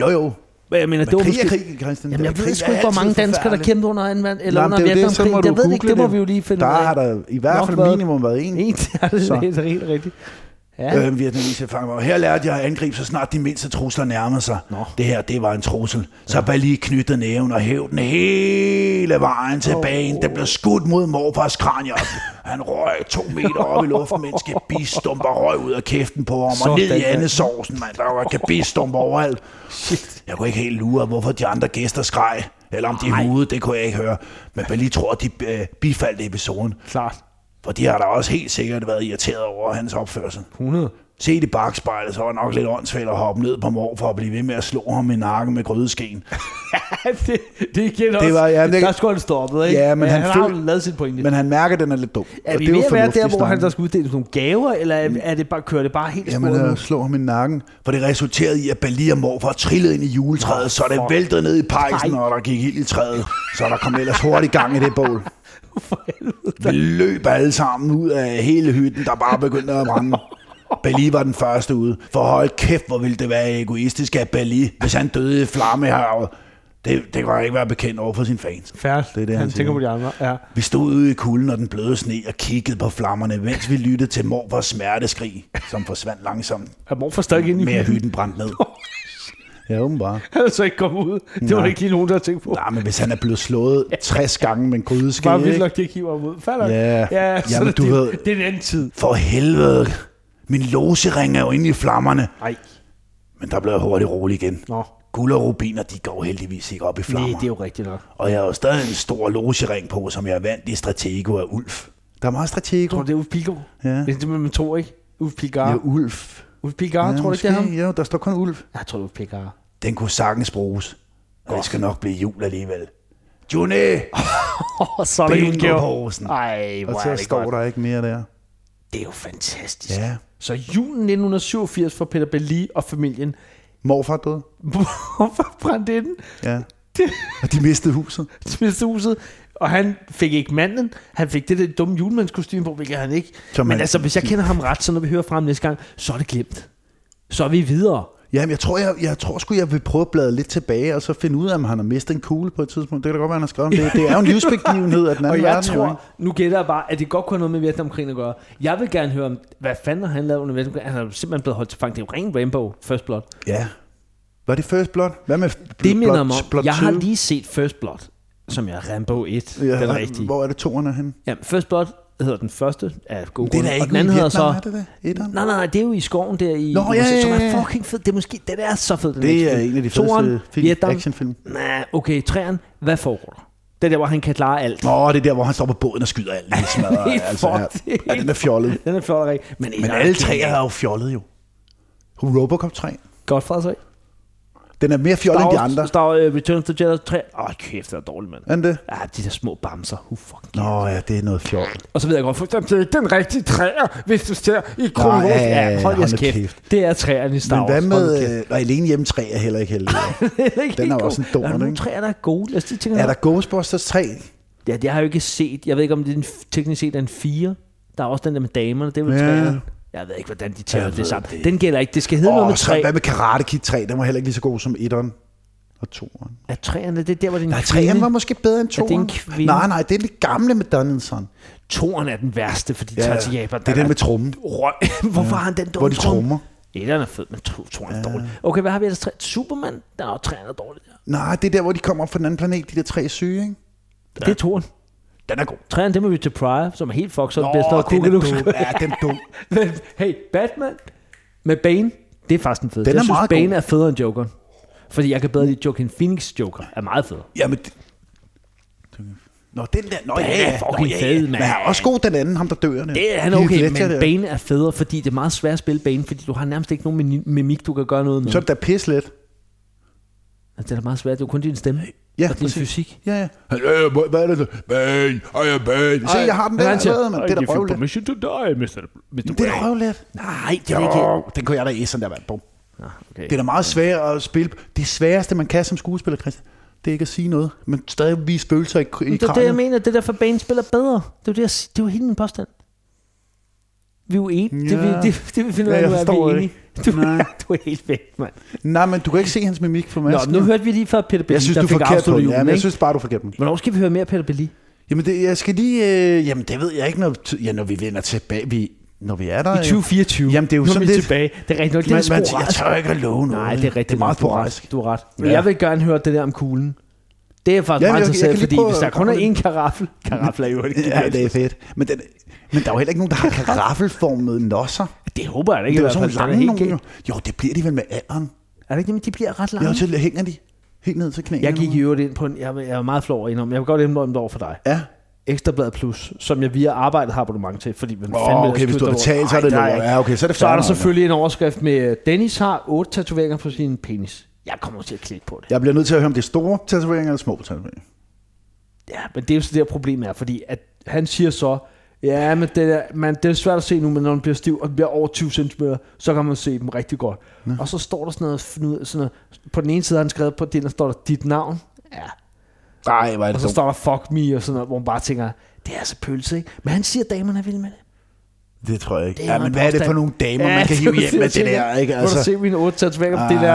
[SPEAKER 2] Jo, jo.
[SPEAKER 1] Men jeg mener,
[SPEAKER 2] Men
[SPEAKER 1] det var
[SPEAKER 2] krig er
[SPEAKER 1] måske...
[SPEAKER 2] krig, Christian.
[SPEAKER 1] Jamen, jeg
[SPEAKER 2] Krig
[SPEAKER 1] ved
[SPEAKER 2] er
[SPEAKER 1] sgu ikke, hvor
[SPEAKER 2] altid
[SPEAKER 1] mange danskere, der
[SPEAKER 2] forfærdeligt.
[SPEAKER 1] kæmpede under 2. verden, eller
[SPEAKER 2] Nå,
[SPEAKER 1] under
[SPEAKER 2] men det er jo det, så må
[SPEAKER 1] Vietnamkrigen.
[SPEAKER 2] du
[SPEAKER 1] Jeg ved ikke,
[SPEAKER 2] google
[SPEAKER 1] det må
[SPEAKER 2] det.
[SPEAKER 1] vi jo lige finde
[SPEAKER 2] Der
[SPEAKER 1] ud af.
[SPEAKER 2] har der i hvert fald
[SPEAKER 1] Nå, hvad?
[SPEAKER 2] minimum været en.
[SPEAKER 1] En, det er
[SPEAKER 2] Så.
[SPEAKER 1] det helt, helt rigtigt. Ja.
[SPEAKER 2] øh, vietnamesiske fanger. Her lærte jeg at angribe, så snart de mindste trusler nærmede sig.
[SPEAKER 1] Nå.
[SPEAKER 2] Det her, det var en trussel. Så bare lige knyttede næven og hæv den hele vejen tilbage. Oh. Den blev skudt mod morfars kranier. Han røg to meter op i luften, mens gebisstumper røg ud af kæften på ham. Og ned
[SPEAKER 1] Sådan,
[SPEAKER 2] i
[SPEAKER 1] mand.
[SPEAKER 2] andesovsen, mand. Der var gebisstumper overalt. Shit. Jeg kunne ikke helt lure, hvorfor de andre gæster skreg. Eller om de hudede, det kunne jeg ikke høre. Men jeg lige tror, at de øh, bifaldt episoden.
[SPEAKER 1] Klart.
[SPEAKER 2] For de har da også helt sikkert været irriteret over hans opførsel.
[SPEAKER 1] 100.
[SPEAKER 2] Se i bagspejlet, så var det nok lidt åndssvagt at hoppe ned på mor for at blive ved med at slå ham i nakken med grydeskeen.
[SPEAKER 1] det, det igen også.
[SPEAKER 2] Det var- ja, men det-
[SPEAKER 1] Der skulle han stoppet, ikke?
[SPEAKER 2] Ja, men han
[SPEAKER 1] han har
[SPEAKER 2] føl-
[SPEAKER 1] jo lavet sit pointe.
[SPEAKER 2] Men han mærker, at den er lidt dum.
[SPEAKER 1] er vi ved at være der, hvor han der skal uddele nogle gaver, eller er, er det bare, kører det bare helt
[SPEAKER 2] Jamen, altså-
[SPEAKER 1] sporet nu?
[SPEAKER 2] at slå ham i nakken. For det resulterede i, at Bali og morfar trillede ind i juletræet, så det
[SPEAKER 1] fuck.
[SPEAKER 2] væltede ned i pejsen,
[SPEAKER 1] Nej.
[SPEAKER 2] og der gik ild i træet. Så der kom ellers hurtigt gang i det bål.
[SPEAKER 1] For helvede.
[SPEAKER 2] Vi løb alle sammen ud af hele hytten, der bare begyndte at brænde. Bali var den første ude. For hold kæft, hvor ville det være egoistisk af Bali, hvis han døde i flammehavet. Det, det kunne han ikke være bekendt over for sine fans.
[SPEAKER 1] Færdigt.
[SPEAKER 2] Det er det, han
[SPEAKER 1] han tænker
[SPEAKER 2] siger.
[SPEAKER 1] på de andre. Ja.
[SPEAKER 2] Vi stod ude i kulden og den bløde sne og kiggede på flammerne, mens vi lyttede til morfars smerteskrig, som forsvandt langsomt,
[SPEAKER 1] Er morfar stadig inde i
[SPEAKER 2] med at
[SPEAKER 1] hytten?
[SPEAKER 2] hytten brændte ned. Ja, åbenbart.
[SPEAKER 1] Han er så ikke kommet ud. Det var
[SPEAKER 2] Nej.
[SPEAKER 1] der ikke lige nogen, der har tænkt på.
[SPEAKER 2] Nej, men hvis han er blevet slået 60 gange med en grydeske,
[SPEAKER 1] Bare vildt
[SPEAKER 2] ikke?
[SPEAKER 1] nok, det hiver ham ud. Fair nok.
[SPEAKER 2] Ja.
[SPEAKER 1] ja så
[SPEAKER 2] Jamen,
[SPEAKER 1] er
[SPEAKER 2] du
[SPEAKER 1] det,
[SPEAKER 2] ved-
[SPEAKER 1] det er en anden tid.
[SPEAKER 2] For helvede. Min losering er jo inde i flammerne.
[SPEAKER 1] Nej.
[SPEAKER 2] Men der blev jeg hurtigt rolig igen.
[SPEAKER 1] Nå.
[SPEAKER 2] Guld og rubiner, de går heldigvis ikke op i
[SPEAKER 1] Nej,
[SPEAKER 2] flammer.
[SPEAKER 1] det er jo rigtigt nok.
[SPEAKER 2] Og jeg har jo stadig en stor logering på, som jeg vandt i Stratego af Ulf. Der er meget Stratego.
[SPEAKER 1] Tror du, det er Ulf Pilgaard?
[SPEAKER 2] Ja.
[SPEAKER 1] Det er det, man tror, ikke? Ulf Pilgaard.
[SPEAKER 2] Ja,
[SPEAKER 1] Ja.
[SPEAKER 2] Ulf.
[SPEAKER 1] Ulf Pilgaard,
[SPEAKER 2] ja,
[SPEAKER 1] tror du ikke, det er ham?
[SPEAKER 2] Ja, der står kun Ulf.
[SPEAKER 1] Jeg tror, det er Ulf Pilgaard.
[SPEAKER 2] Den kunne sagtens bruges. Og det skal nok blive jul alligevel. Juni!
[SPEAKER 1] Åh, så er der
[SPEAKER 2] Bingo
[SPEAKER 1] julegave.
[SPEAKER 2] Poulsen.
[SPEAKER 1] Ej, hvor er det godt.
[SPEAKER 2] der ikke mere der.
[SPEAKER 1] Det er jo fantastisk.
[SPEAKER 2] Ja.
[SPEAKER 1] Så julen 1987 for Peter Belli og familien.
[SPEAKER 2] Morfar døde.
[SPEAKER 1] Hvorfor brændte den?
[SPEAKER 2] Ja. Og de mistede huset.
[SPEAKER 1] Smidte huset. Og han fik ikke manden. Han fik det der dumme julemandskostyme på, hvilket han ikke.
[SPEAKER 2] Så
[SPEAKER 1] Men
[SPEAKER 2] man-
[SPEAKER 1] altså, hvis jeg kender ham ret, så når vi hører fra ham næste gang, så er det glemt. Så er vi videre.
[SPEAKER 2] Jamen, jeg tror, jeg, jeg tror sgu, jeg vil prøve at bladre lidt tilbage, og så finde ud af, om han har mistet en kugle på et tidspunkt. Det kan da godt være, han har skrevet om det. Det er jo en livsbegivenhed af den anden
[SPEAKER 1] Og jeg
[SPEAKER 2] verden, jo,
[SPEAKER 1] tror, nu gætter jeg bare, at det godt kunne have noget med Vietnamkrigen at gøre. Jeg vil gerne høre om, hvad fanden har han lavet under Vietnamkrigen? Han er jo simpelthen blevet holdt til fang. Det er jo ren Rainbow, First Blood.
[SPEAKER 2] ikke? Ja. Var det First Blood? Hvad med bl-
[SPEAKER 1] Det minder mig
[SPEAKER 2] Blot-
[SPEAKER 1] om,
[SPEAKER 2] Blot
[SPEAKER 1] jeg har
[SPEAKER 2] 2?
[SPEAKER 1] lige set First Blood, som er Rambo 1, ja, den rigtige.
[SPEAKER 2] Hvor er det toerne hen?
[SPEAKER 1] Ja, First Blood hedder den første af gode
[SPEAKER 2] Det er da
[SPEAKER 1] grunde,
[SPEAKER 2] ikke
[SPEAKER 1] og den anden
[SPEAKER 2] i
[SPEAKER 1] hedder så...
[SPEAKER 2] Vietnam, er det det? Etteren?
[SPEAKER 1] Nej, nej, nej, det er jo i skoven der i...
[SPEAKER 2] Nå,
[SPEAKER 1] i
[SPEAKER 2] ja,
[SPEAKER 1] USA, Som
[SPEAKER 2] ja, ja,
[SPEAKER 1] er
[SPEAKER 2] ja.
[SPEAKER 1] fucking fed. Det er måske... Den er så fed, den
[SPEAKER 2] Det
[SPEAKER 1] her
[SPEAKER 2] er
[SPEAKER 1] film.
[SPEAKER 2] en af de fedeste
[SPEAKER 1] Toeren,
[SPEAKER 2] film-
[SPEAKER 1] Vietnam.
[SPEAKER 2] actionfilm.
[SPEAKER 1] Nej, okay, træerne. Hvad foregår der? Det er der, hvor han kan klare alt.
[SPEAKER 2] Nå, det er der, hvor han står på båden og skyder alt. Ligesom,
[SPEAKER 1] Helt fuck, det er
[SPEAKER 2] ja, den er fjollet.
[SPEAKER 1] Den er flot og rigtig. Men,
[SPEAKER 2] Men alle tre er jo fjollet, jo. Robocop 3.
[SPEAKER 1] Godt fra sig.
[SPEAKER 2] Den er mere fjollet end de andre.
[SPEAKER 1] Star, uh, Return of the Jedi 3. Åh, oh, kæft, det er dårligt, mand.
[SPEAKER 2] Er den det?
[SPEAKER 1] Ja, de der små bamser. Who fucking
[SPEAKER 2] Nå ja, det er noget fjollet.
[SPEAKER 1] Og så ved jeg godt, for eksempel, det er den rigtige træer, hvis du ser i kronologisk.
[SPEAKER 2] ja, ja, ja,
[SPEAKER 1] hold
[SPEAKER 2] hold
[SPEAKER 1] jeres
[SPEAKER 2] nu
[SPEAKER 1] kæft.
[SPEAKER 2] kæft.
[SPEAKER 1] Det er træerne i Star
[SPEAKER 2] Men hvad
[SPEAKER 1] Wars. Hold nu kæft.
[SPEAKER 2] med... øh, Og alene hjemme 3 er heller ikke heldig.
[SPEAKER 1] Den er, ikke
[SPEAKER 2] Den
[SPEAKER 1] helt
[SPEAKER 2] er
[SPEAKER 1] god.
[SPEAKER 2] også en dårlig,
[SPEAKER 1] Der er nogle
[SPEAKER 2] ikke?
[SPEAKER 1] træer, der er gode. Lad os lige tænke
[SPEAKER 2] er
[SPEAKER 1] der...
[SPEAKER 2] der Ghostbusters 3?
[SPEAKER 1] Ja, det har jeg jo ikke set. Jeg ved ikke, om det er en, teknisk set er en 4. Der er også den der med damerne. Det er vel
[SPEAKER 2] Ja.
[SPEAKER 1] træerne. Jeg ved ikke, hvordan de tæller
[SPEAKER 2] Jeg ved
[SPEAKER 1] det sammen.
[SPEAKER 2] det.
[SPEAKER 1] Den gælder ikke. Det skal hedde noget
[SPEAKER 2] Og
[SPEAKER 1] med træ.
[SPEAKER 2] hvad med Karate Kid 3? Den var heller ikke lige så god som 1'eren og 2'eren.
[SPEAKER 1] Er træerne, det er der, hvor det er en
[SPEAKER 2] Nej,
[SPEAKER 1] kvinde.
[SPEAKER 2] 3'eren var måske bedre end 2'eren.
[SPEAKER 1] det en kvinde?
[SPEAKER 2] Nej, nej, det er det gamle med Donaldson.
[SPEAKER 1] Toren er den værste, fordi de
[SPEAKER 2] Ja,
[SPEAKER 1] tager til Japan.
[SPEAKER 2] det er den med trummen.
[SPEAKER 1] Røg. Hvorfor har han den dumme
[SPEAKER 2] Hvor de
[SPEAKER 1] tromme?
[SPEAKER 2] trommer.
[SPEAKER 1] Etteren er fed, men to, toren er dårlig. Okay, hvad har vi ellers? Tre? Superman? Der er jo træerne dårligt.
[SPEAKER 2] Nej, det er der, hvor de kommer op fra den anden planet, de der tre syge, ikke?
[SPEAKER 1] Ja. Det er toren.
[SPEAKER 2] Den er god.
[SPEAKER 1] Træerne, dem er vi til Pryor, som er helt fucked, og den
[SPEAKER 2] Nå,
[SPEAKER 1] bedste, og
[SPEAKER 2] den er
[SPEAKER 1] Kugeluk.
[SPEAKER 2] dum. Ja, den er dum.
[SPEAKER 1] Men hey, Batman med Bane, det er faktisk en fed.
[SPEAKER 2] Den
[SPEAKER 1] jeg
[SPEAKER 2] er
[SPEAKER 1] synes,
[SPEAKER 2] meget
[SPEAKER 1] Bane
[SPEAKER 2] god.
[SPEAKER 1] er federe end Joker. Fordi jeg kan bedre lide Joaquin Phoenix Joker. Er meget fed.
[SPEAKER 2] Jamen, det... Nå, den der... Nå,
[SPEAKER 1] Den
[SPEAKER 2] ja,
[SPEAKER 1] er
[SPEAKER 2] ja,
[SPEAKER 1] fucking
[SPEAKER 2] Nå,
[SPEAKER 1] fed,
[SPEAKER 2] ja, ja.
[SPEAKER 1] mand.
[SPEAKER 2] Men han er også god, den anden, ham der dør. Det,
[SPEAKER 1] Det er han er okay, men Bane er federe, fordi det er meget svært at spille Bane, fordi du har nærmest ikke nogen meni- mimik, du kan gøre noget med.
[SPEAKER 2] Så er det da pislet.
[SPEAKER 1] Altså, det er meget svært. Det er jo kun din stemme
[SPEAKER 2] Ja,
[SPEAKER 1] og din
[SPEAKER 2] præcis.
[SPEAKER 1] fysik.
[SPEAKER 2] Ja, ja. Han, øh, hvad- hvad er det så? Bane, ej, ja, Bane. Se, jeg har den der allerede, mand. Det er da røvlet.
[SPEAKER 1] permission to die, Mr. Mr.
[SPEAKER 2] Det er da røvlet.
[SPEAKER 1] Nej, det er det ikke.
[SPEAKER 2] Jo, den kunne jeg da æse, den der vand på.
[SPEAKER 1] Nå, okay.
[SPEAKER 2] Det er da meget svært at spille. Det sværeste, man kan som skuespiller, Christian, det er ikke at sige noget, men stadig vise følelser i, i
[SPEAKER 1] Men
[SPEAKER 2] kranen.
[SPEAKER 1] det er det, jeg mener. Det er derfor, Bane spiller bedre. Det er jo, det, jeg, si- det er jo hele min påstand. Vi er jo enige. Det, vi,
[SPEAKER 2] Ja.
[SPEAKER 1] det, det, vi finder ud
[SPEAKER 2] Ja,
[SPEAKER 1] af,
[SPEAKER 2] jeg
[SPEAKER 1] nu er
[SPEAKER 2] forstår
[SPEAKER 1] vi
[SPEAKER 2] det
[SPEAKER 1] enige. Du,
[SPEAKER 2] Nej.
[SPEAKER 1] du er helt væk, mand.
[SPEAKER 2] Nej, men du kan ikke se hans mimik for mig.
[SPEAKER 1] Nå, nu hørte vi lige før Peter Belli,
[SPEAKER 2] jeg synes,
[SPEAKER 1] der
[SPEAKER 2] du er
[SPEAKER 1] fik
[SPEAKER 2] forkert på
[SPEAKER 1] afsluttet
[SPEAKER 2] den.
[SPEAKER 1] julen,
[SPEAKER 2] Ja, men
[SPEAKER 1] ikke?
[SPEAKER 2] jeg synes bare, du er forkert på den.
[SPEAKER 1] Hvornår skal vi høre mere Peter Belli?
[SPEAKER 2] Jamen, det, jeg skal lige... Øh, jamen, det ved jeg ikke, når, t- ja, når vi vender tilbage. Vi, når vi er der...
[SPEAKER 1] I 2024.
[SPEAKER 2] Jamen, det er jo
[SPEAKER 1] nu
[SPEAKER 2] sådan
[SPEAKER 1] vi
[SPEAKER 2] lidt-
[SPEAKER 1] tilbage. Det er rigtig nok
[SPEAKER 2] Man,
[SPEAKER 1] lidt
[SPEAKER 2] man, jeg
[SPEAKER 1] sporadisk.
[SPEAKER 2] tør ikke at love noget.
[SPEAKER 1] Nej, det er rigtig
[SPEAKER 2] det er meget
[SPEAKER 1] nok. Du har
[SPEAKER 2] sporadisk.
[SPEAKER 1] ret. Du har ret. Men
[SPEAKER 2] Ja.
[SPEAKER 1] jeg vil gerne høre det der om kuglen. Det er faktisk
[SPEAKER 2] Jamen,
[SPEAKER 1] meget
[SPEAKER 2] jeg- jeg
[SPEAKER 1] interessant,
[SPEAKER 2] kan lige
[SPEAKER 1] fordi
[SPEAKER 2] prøve
[SPEAKER 1] hvis der
[SPEAKER 2] at-
[SPEAKER 1] kun er én karaffel... Karaffel er jo ikke
[SPEAKER 2] Ja, det er fedt. Men, den, men der er jo heller ikke nogen, der har karaffelformede nosser.
[SPEAKER 1] Det håber jeg da
[SPEAKER 2] Det
[SPEAKER 1] ikke.
[SPEAKER 2] er jo
[SPEAKER 1] i
[SPEAKER 2] sådan
[SPEAKER 1] hvert fald.
[SPEAKER 2] nogle
[SPEAKER 1] Den er
[SPEAKER 2] lange
[SPEAKER 1] helt
[SPEAKER 2] nogen.
[SPEAKER 1] gæld.
[SPEAKER 2] Jo. jo, det bliver de vel med alderen.
[SPEAKER 1] Er det ikke nemlig, de bliver ret lange?
[SPEAKER 2] Jeg til, hænger de helt ned til knæene.
[SPEAKER 1] Jeg gik
[SPEAKER 2] eller
[SPEAKER 1] i øvrigt ind på en, jeg, jeg er meget flov over indom, jeg vil godt indrømme det over for dig.
[SPEAKER 2] hvad? Ja.
[SPEAKER 1] Ekstrablad Plus, som jeg via arbejdet har abonnement til, fordi man
[SPEAKER 2] Åh, okay, hvis du har betalt, så er det lort. Ja, okay, så er det
[SPEAKER 1] Så er
[SPEAKER 2] fair
[SPEAKER 1] der
[SPEAKER 2] nok,
[SPEAKER 1] selvfølgelig en overskrift med, øh, Dennis har otte tatoveringer på sin penis. Jeg kommer til at klikke på det.
[SPEAKER 2] Jeg bliver nødt til at høre, om det er store tatoveringer eller små tatoveringer.
[SPEAKER 1] Ja, men det er jo så det, her problem er, fordi at han siger så, ja, men det er, man, det er svært at se nu, men når den bliver stiv, og den bliver over 20 cm, så kan man se dem rigtig godt. Ja. Og så står der sådan noget, fnud- sådan noget, på den ene side har han skrevet på den, der står der dit navn. Ja,
[SPEAKER 2] Nej, hvor er
[SPEAKER 1] Og
[SPEAKER 2] det
[SPEAKER 1] så
[SPEAKER 2] dumt.
[SPEAKER 1] står der fuck me og sådan noget, hvor man bare tænker, det er altså pølse, ikke? Men han siger, at damerne er vilde med det.
[SPEAKER 2] Det tror jeg ikke.
[SPEAKER 1] Det er
[SPEAKER 2] Ja,
[SPEAKER 1] jo
[SPEAKER 2] men
[SPEAKER 1] en
[SPEAKER 2] hvad er det for
[SPEAKER 1] påstand.
[SPEAKER 2] nogle damer, man kan hive hjem med det der, ikke?
[SPEAKER 1] Altså, Må du se mine otte tatoveringer på det der?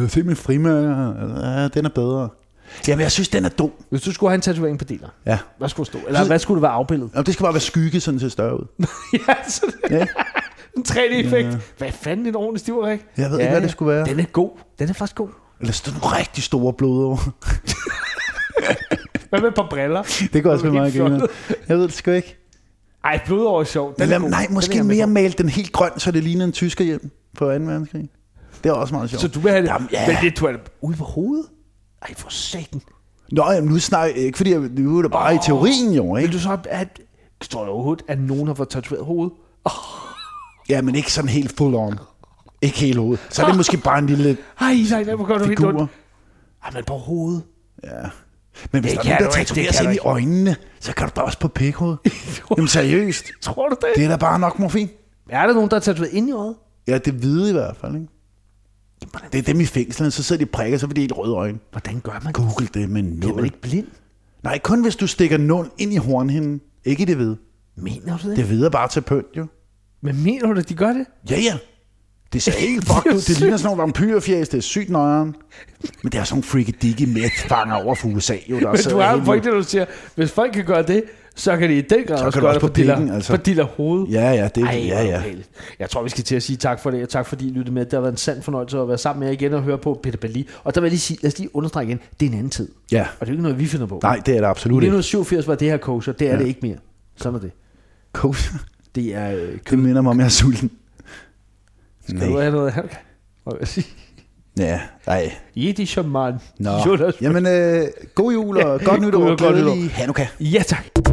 [SPEAKER 2] Ah, se min frimærker. Ja, den er bedre. Jamen, jeg synes, den er dum.
[SPEAKER 1] Hvis du skulle have en tatovering på deler,
[SPEAKER 2] Ja.
[SPEAKER 1] hvad skulle der stå? Eller hvad skulle det være afbildet?
[SPEAKER 2] Jamen, det skal bare være skygge, sådan til større ud.
[SPEAKER 1] ja, så det,
[SPEAKER 2] Ja.
[SPEAKER 3] en 3D-effekt. Ja. Hvad fanden en ordentlig stiverik?
[SPEAKER 2] Jeg ved ikke, hvad det skulle være.
[SPEAKER 1] Den er god. Den er faktisk god.
[SPEAKER 2] Eller sådan nogle rigtig store blodår.
[SPEAKER 3] Hvad med et par briller?
[SPEAKER 2] Det kan også være
[SPEAKER 3] Det er
[SPEAKER 2] meget
[SPEAKER 3] helt
[SPEAKER 2] griner. Jeg ved det sgu ikke.
[SPEAKER 3] Ej, blodår er sjovt. Den er
[SPEAKER 2] Eller,
[SPEAKER 3] god.
[SPEAKER 2] nej,
[SPEAKER 3] Den er
[SPEAKER 2] måske
[SPEAKER 3] jeg med
[SPEAKER 2] mere
[SPEAKER 3] på.
[SPEAKER 2] male den helt grøn, så det ligner en tysker hjem på 2. verdenskrig. Det er også meget sjovt.
[SPEAKER 3] Så du vil have det,
[SPEAKER 2] Jamen, ja.
[SPEAKER 3] men det tror jeg ude på hovedet? Ej, for satan.
[SPEAKER 2] Nå, jamen, nu snakker jeg ikke, fordi jeg, nu er det bare oh. i teorien jo,
[SPEAKER 3] Vil
[SPEAKER 2] ikke?
[SPEAKER 3] du så have, at, står der overhovedet, at nogen har fået tatoveret hovedet?
[SPEAKER 2] Ja, men ikke sådan helt full on. Ikke helt hovedet. Så er det måske bare en lille
[SPEAKER 3] Ej, nej, nej, hvor gør du helt
[SPEAKER 2] figur.
[SPEAKER 3] ondt. Ej, men på hovedet.
[SPEAKER 2] Ja. Men
[SPEAKER 3] Det
[SPEAKER 2] hvis det der
[SPEAKER 3] kan
[SPEAKER 2] er nogen,
[SPEAKER 3] du
[SPEAKER 2] der
[SPEAKER 3] ikke, det
[SPEAKER 2] tatoverer
[SPEAKER 3] kan
[SPEAKER 2] sig
[SPEAKER 3] du
[SPEAKER 2] ind i
[SPEAKER 3] ikke.
[SPEAKER 2] øjnene, så kan du da også på pikhovedet. Jamen seriøst,
[SPEAKER 3] Tror du det?
[SPEAKER 2] det er da bare nok morfin.
[SPEAKER 1] Er der nogen, der er tatoveret ind i øjet?
[SPEAKER 2] Ja, det hvide i hvert fald, ikke? Det er dem i fængslerne, så sidder de og prikker, så får de helt røde øjne.
[SPEAKER 1] Hvordan gør man det?
[SPEAKER 2] Google det med
[SPEAKER 1] Er man
[SPEAKER 2] nål.
[SPEAKER 1] ikke blind?
[SPEAKER 2] Nej, kun hvis du stikker nål ind i hornhinden. Ikke i det hvide.
[SPEAKER 1] Mener du det?
[SPEAKER 2] Det hvide er bare til pynt, jo.
[SPEAKER 3] Men mener du, at de gør det?
[SPEAKER 2] Ja, ja. Det ser helt fucked ud. Det ligner sådan nogle vampyrfjæs. Det er sygt nøjeren. Men det er sådan nogle freaky dicky fanger over for USA, jo. Der
[SPEAKER 3] Men
[SPEAKER 2] sidder
[SPEAKER 3] du har
[SPEAKER 2] helt
[SPEAKER 3] jo pointe, når du siger, hvis folk kan gøre det, så kan de i den grad
[SPEAKER 2] Så
[SPEAKER 3] også
[SPEAKER 2] kan du
[SPEAKER 3] gøre
[SPEAKER 2] også
[SPEAKER 3] det
[SPEAKER 2] på
[SPEAKER 3] for diller-
[SPEAKER 2] pikken, altså.
[SPEAKER 3] for diller hoved.
[SPEAKER 2] Ja, ja, det er
[SPEAKER 3] Ej,
[SPEAKER 2] ja, ja.
[SPEAKER 1] Jeg tror, vi skal til at sige tak for det, og tak fordi I lyttede med. Det har været en sand fornøjelse at være sammen med jer igen og høre på Peter Bali. Og der vil jeg lige sige, lad os lige understrege igen, det er en anden tid.
[SPEAKER 2] Ja.
[SPEAKER 1] Og det er jo ikke noget, vi finder på.
[SPEAKER 2] Nej, det er det absolut ikke.
[SPEAKER 1] 1987 var det her kosher, det er ja. det ikke mere. Sådan er det.
[SPEAKER 2] Kose.
[SPEAKER 1] Det er øh,
[SPEAKER 2] Det minder mig om, jeg er sulten.
[SPEAKER 3] Kan du
[SPEAKER 2] Nej.
[SPEAKER 3] have noget af det? Hvad vil jeg sige?
[SPEAKER 2] Ja, nej.
[SPEAKER 3] Jedi Shaman.
[SPEAKER 2] Nå. Jamen, øh, god jul og
[SPEAKER 3] Ja,
[SPEAKER 2] godt
[SPEAKER 3] god jul
[SPEAKER 2] nytår.
[SPEAKER 3] og godt
[SPEAKER 2] Glædelig Hanukkah.
[SPEAKER 3] Ja, tak.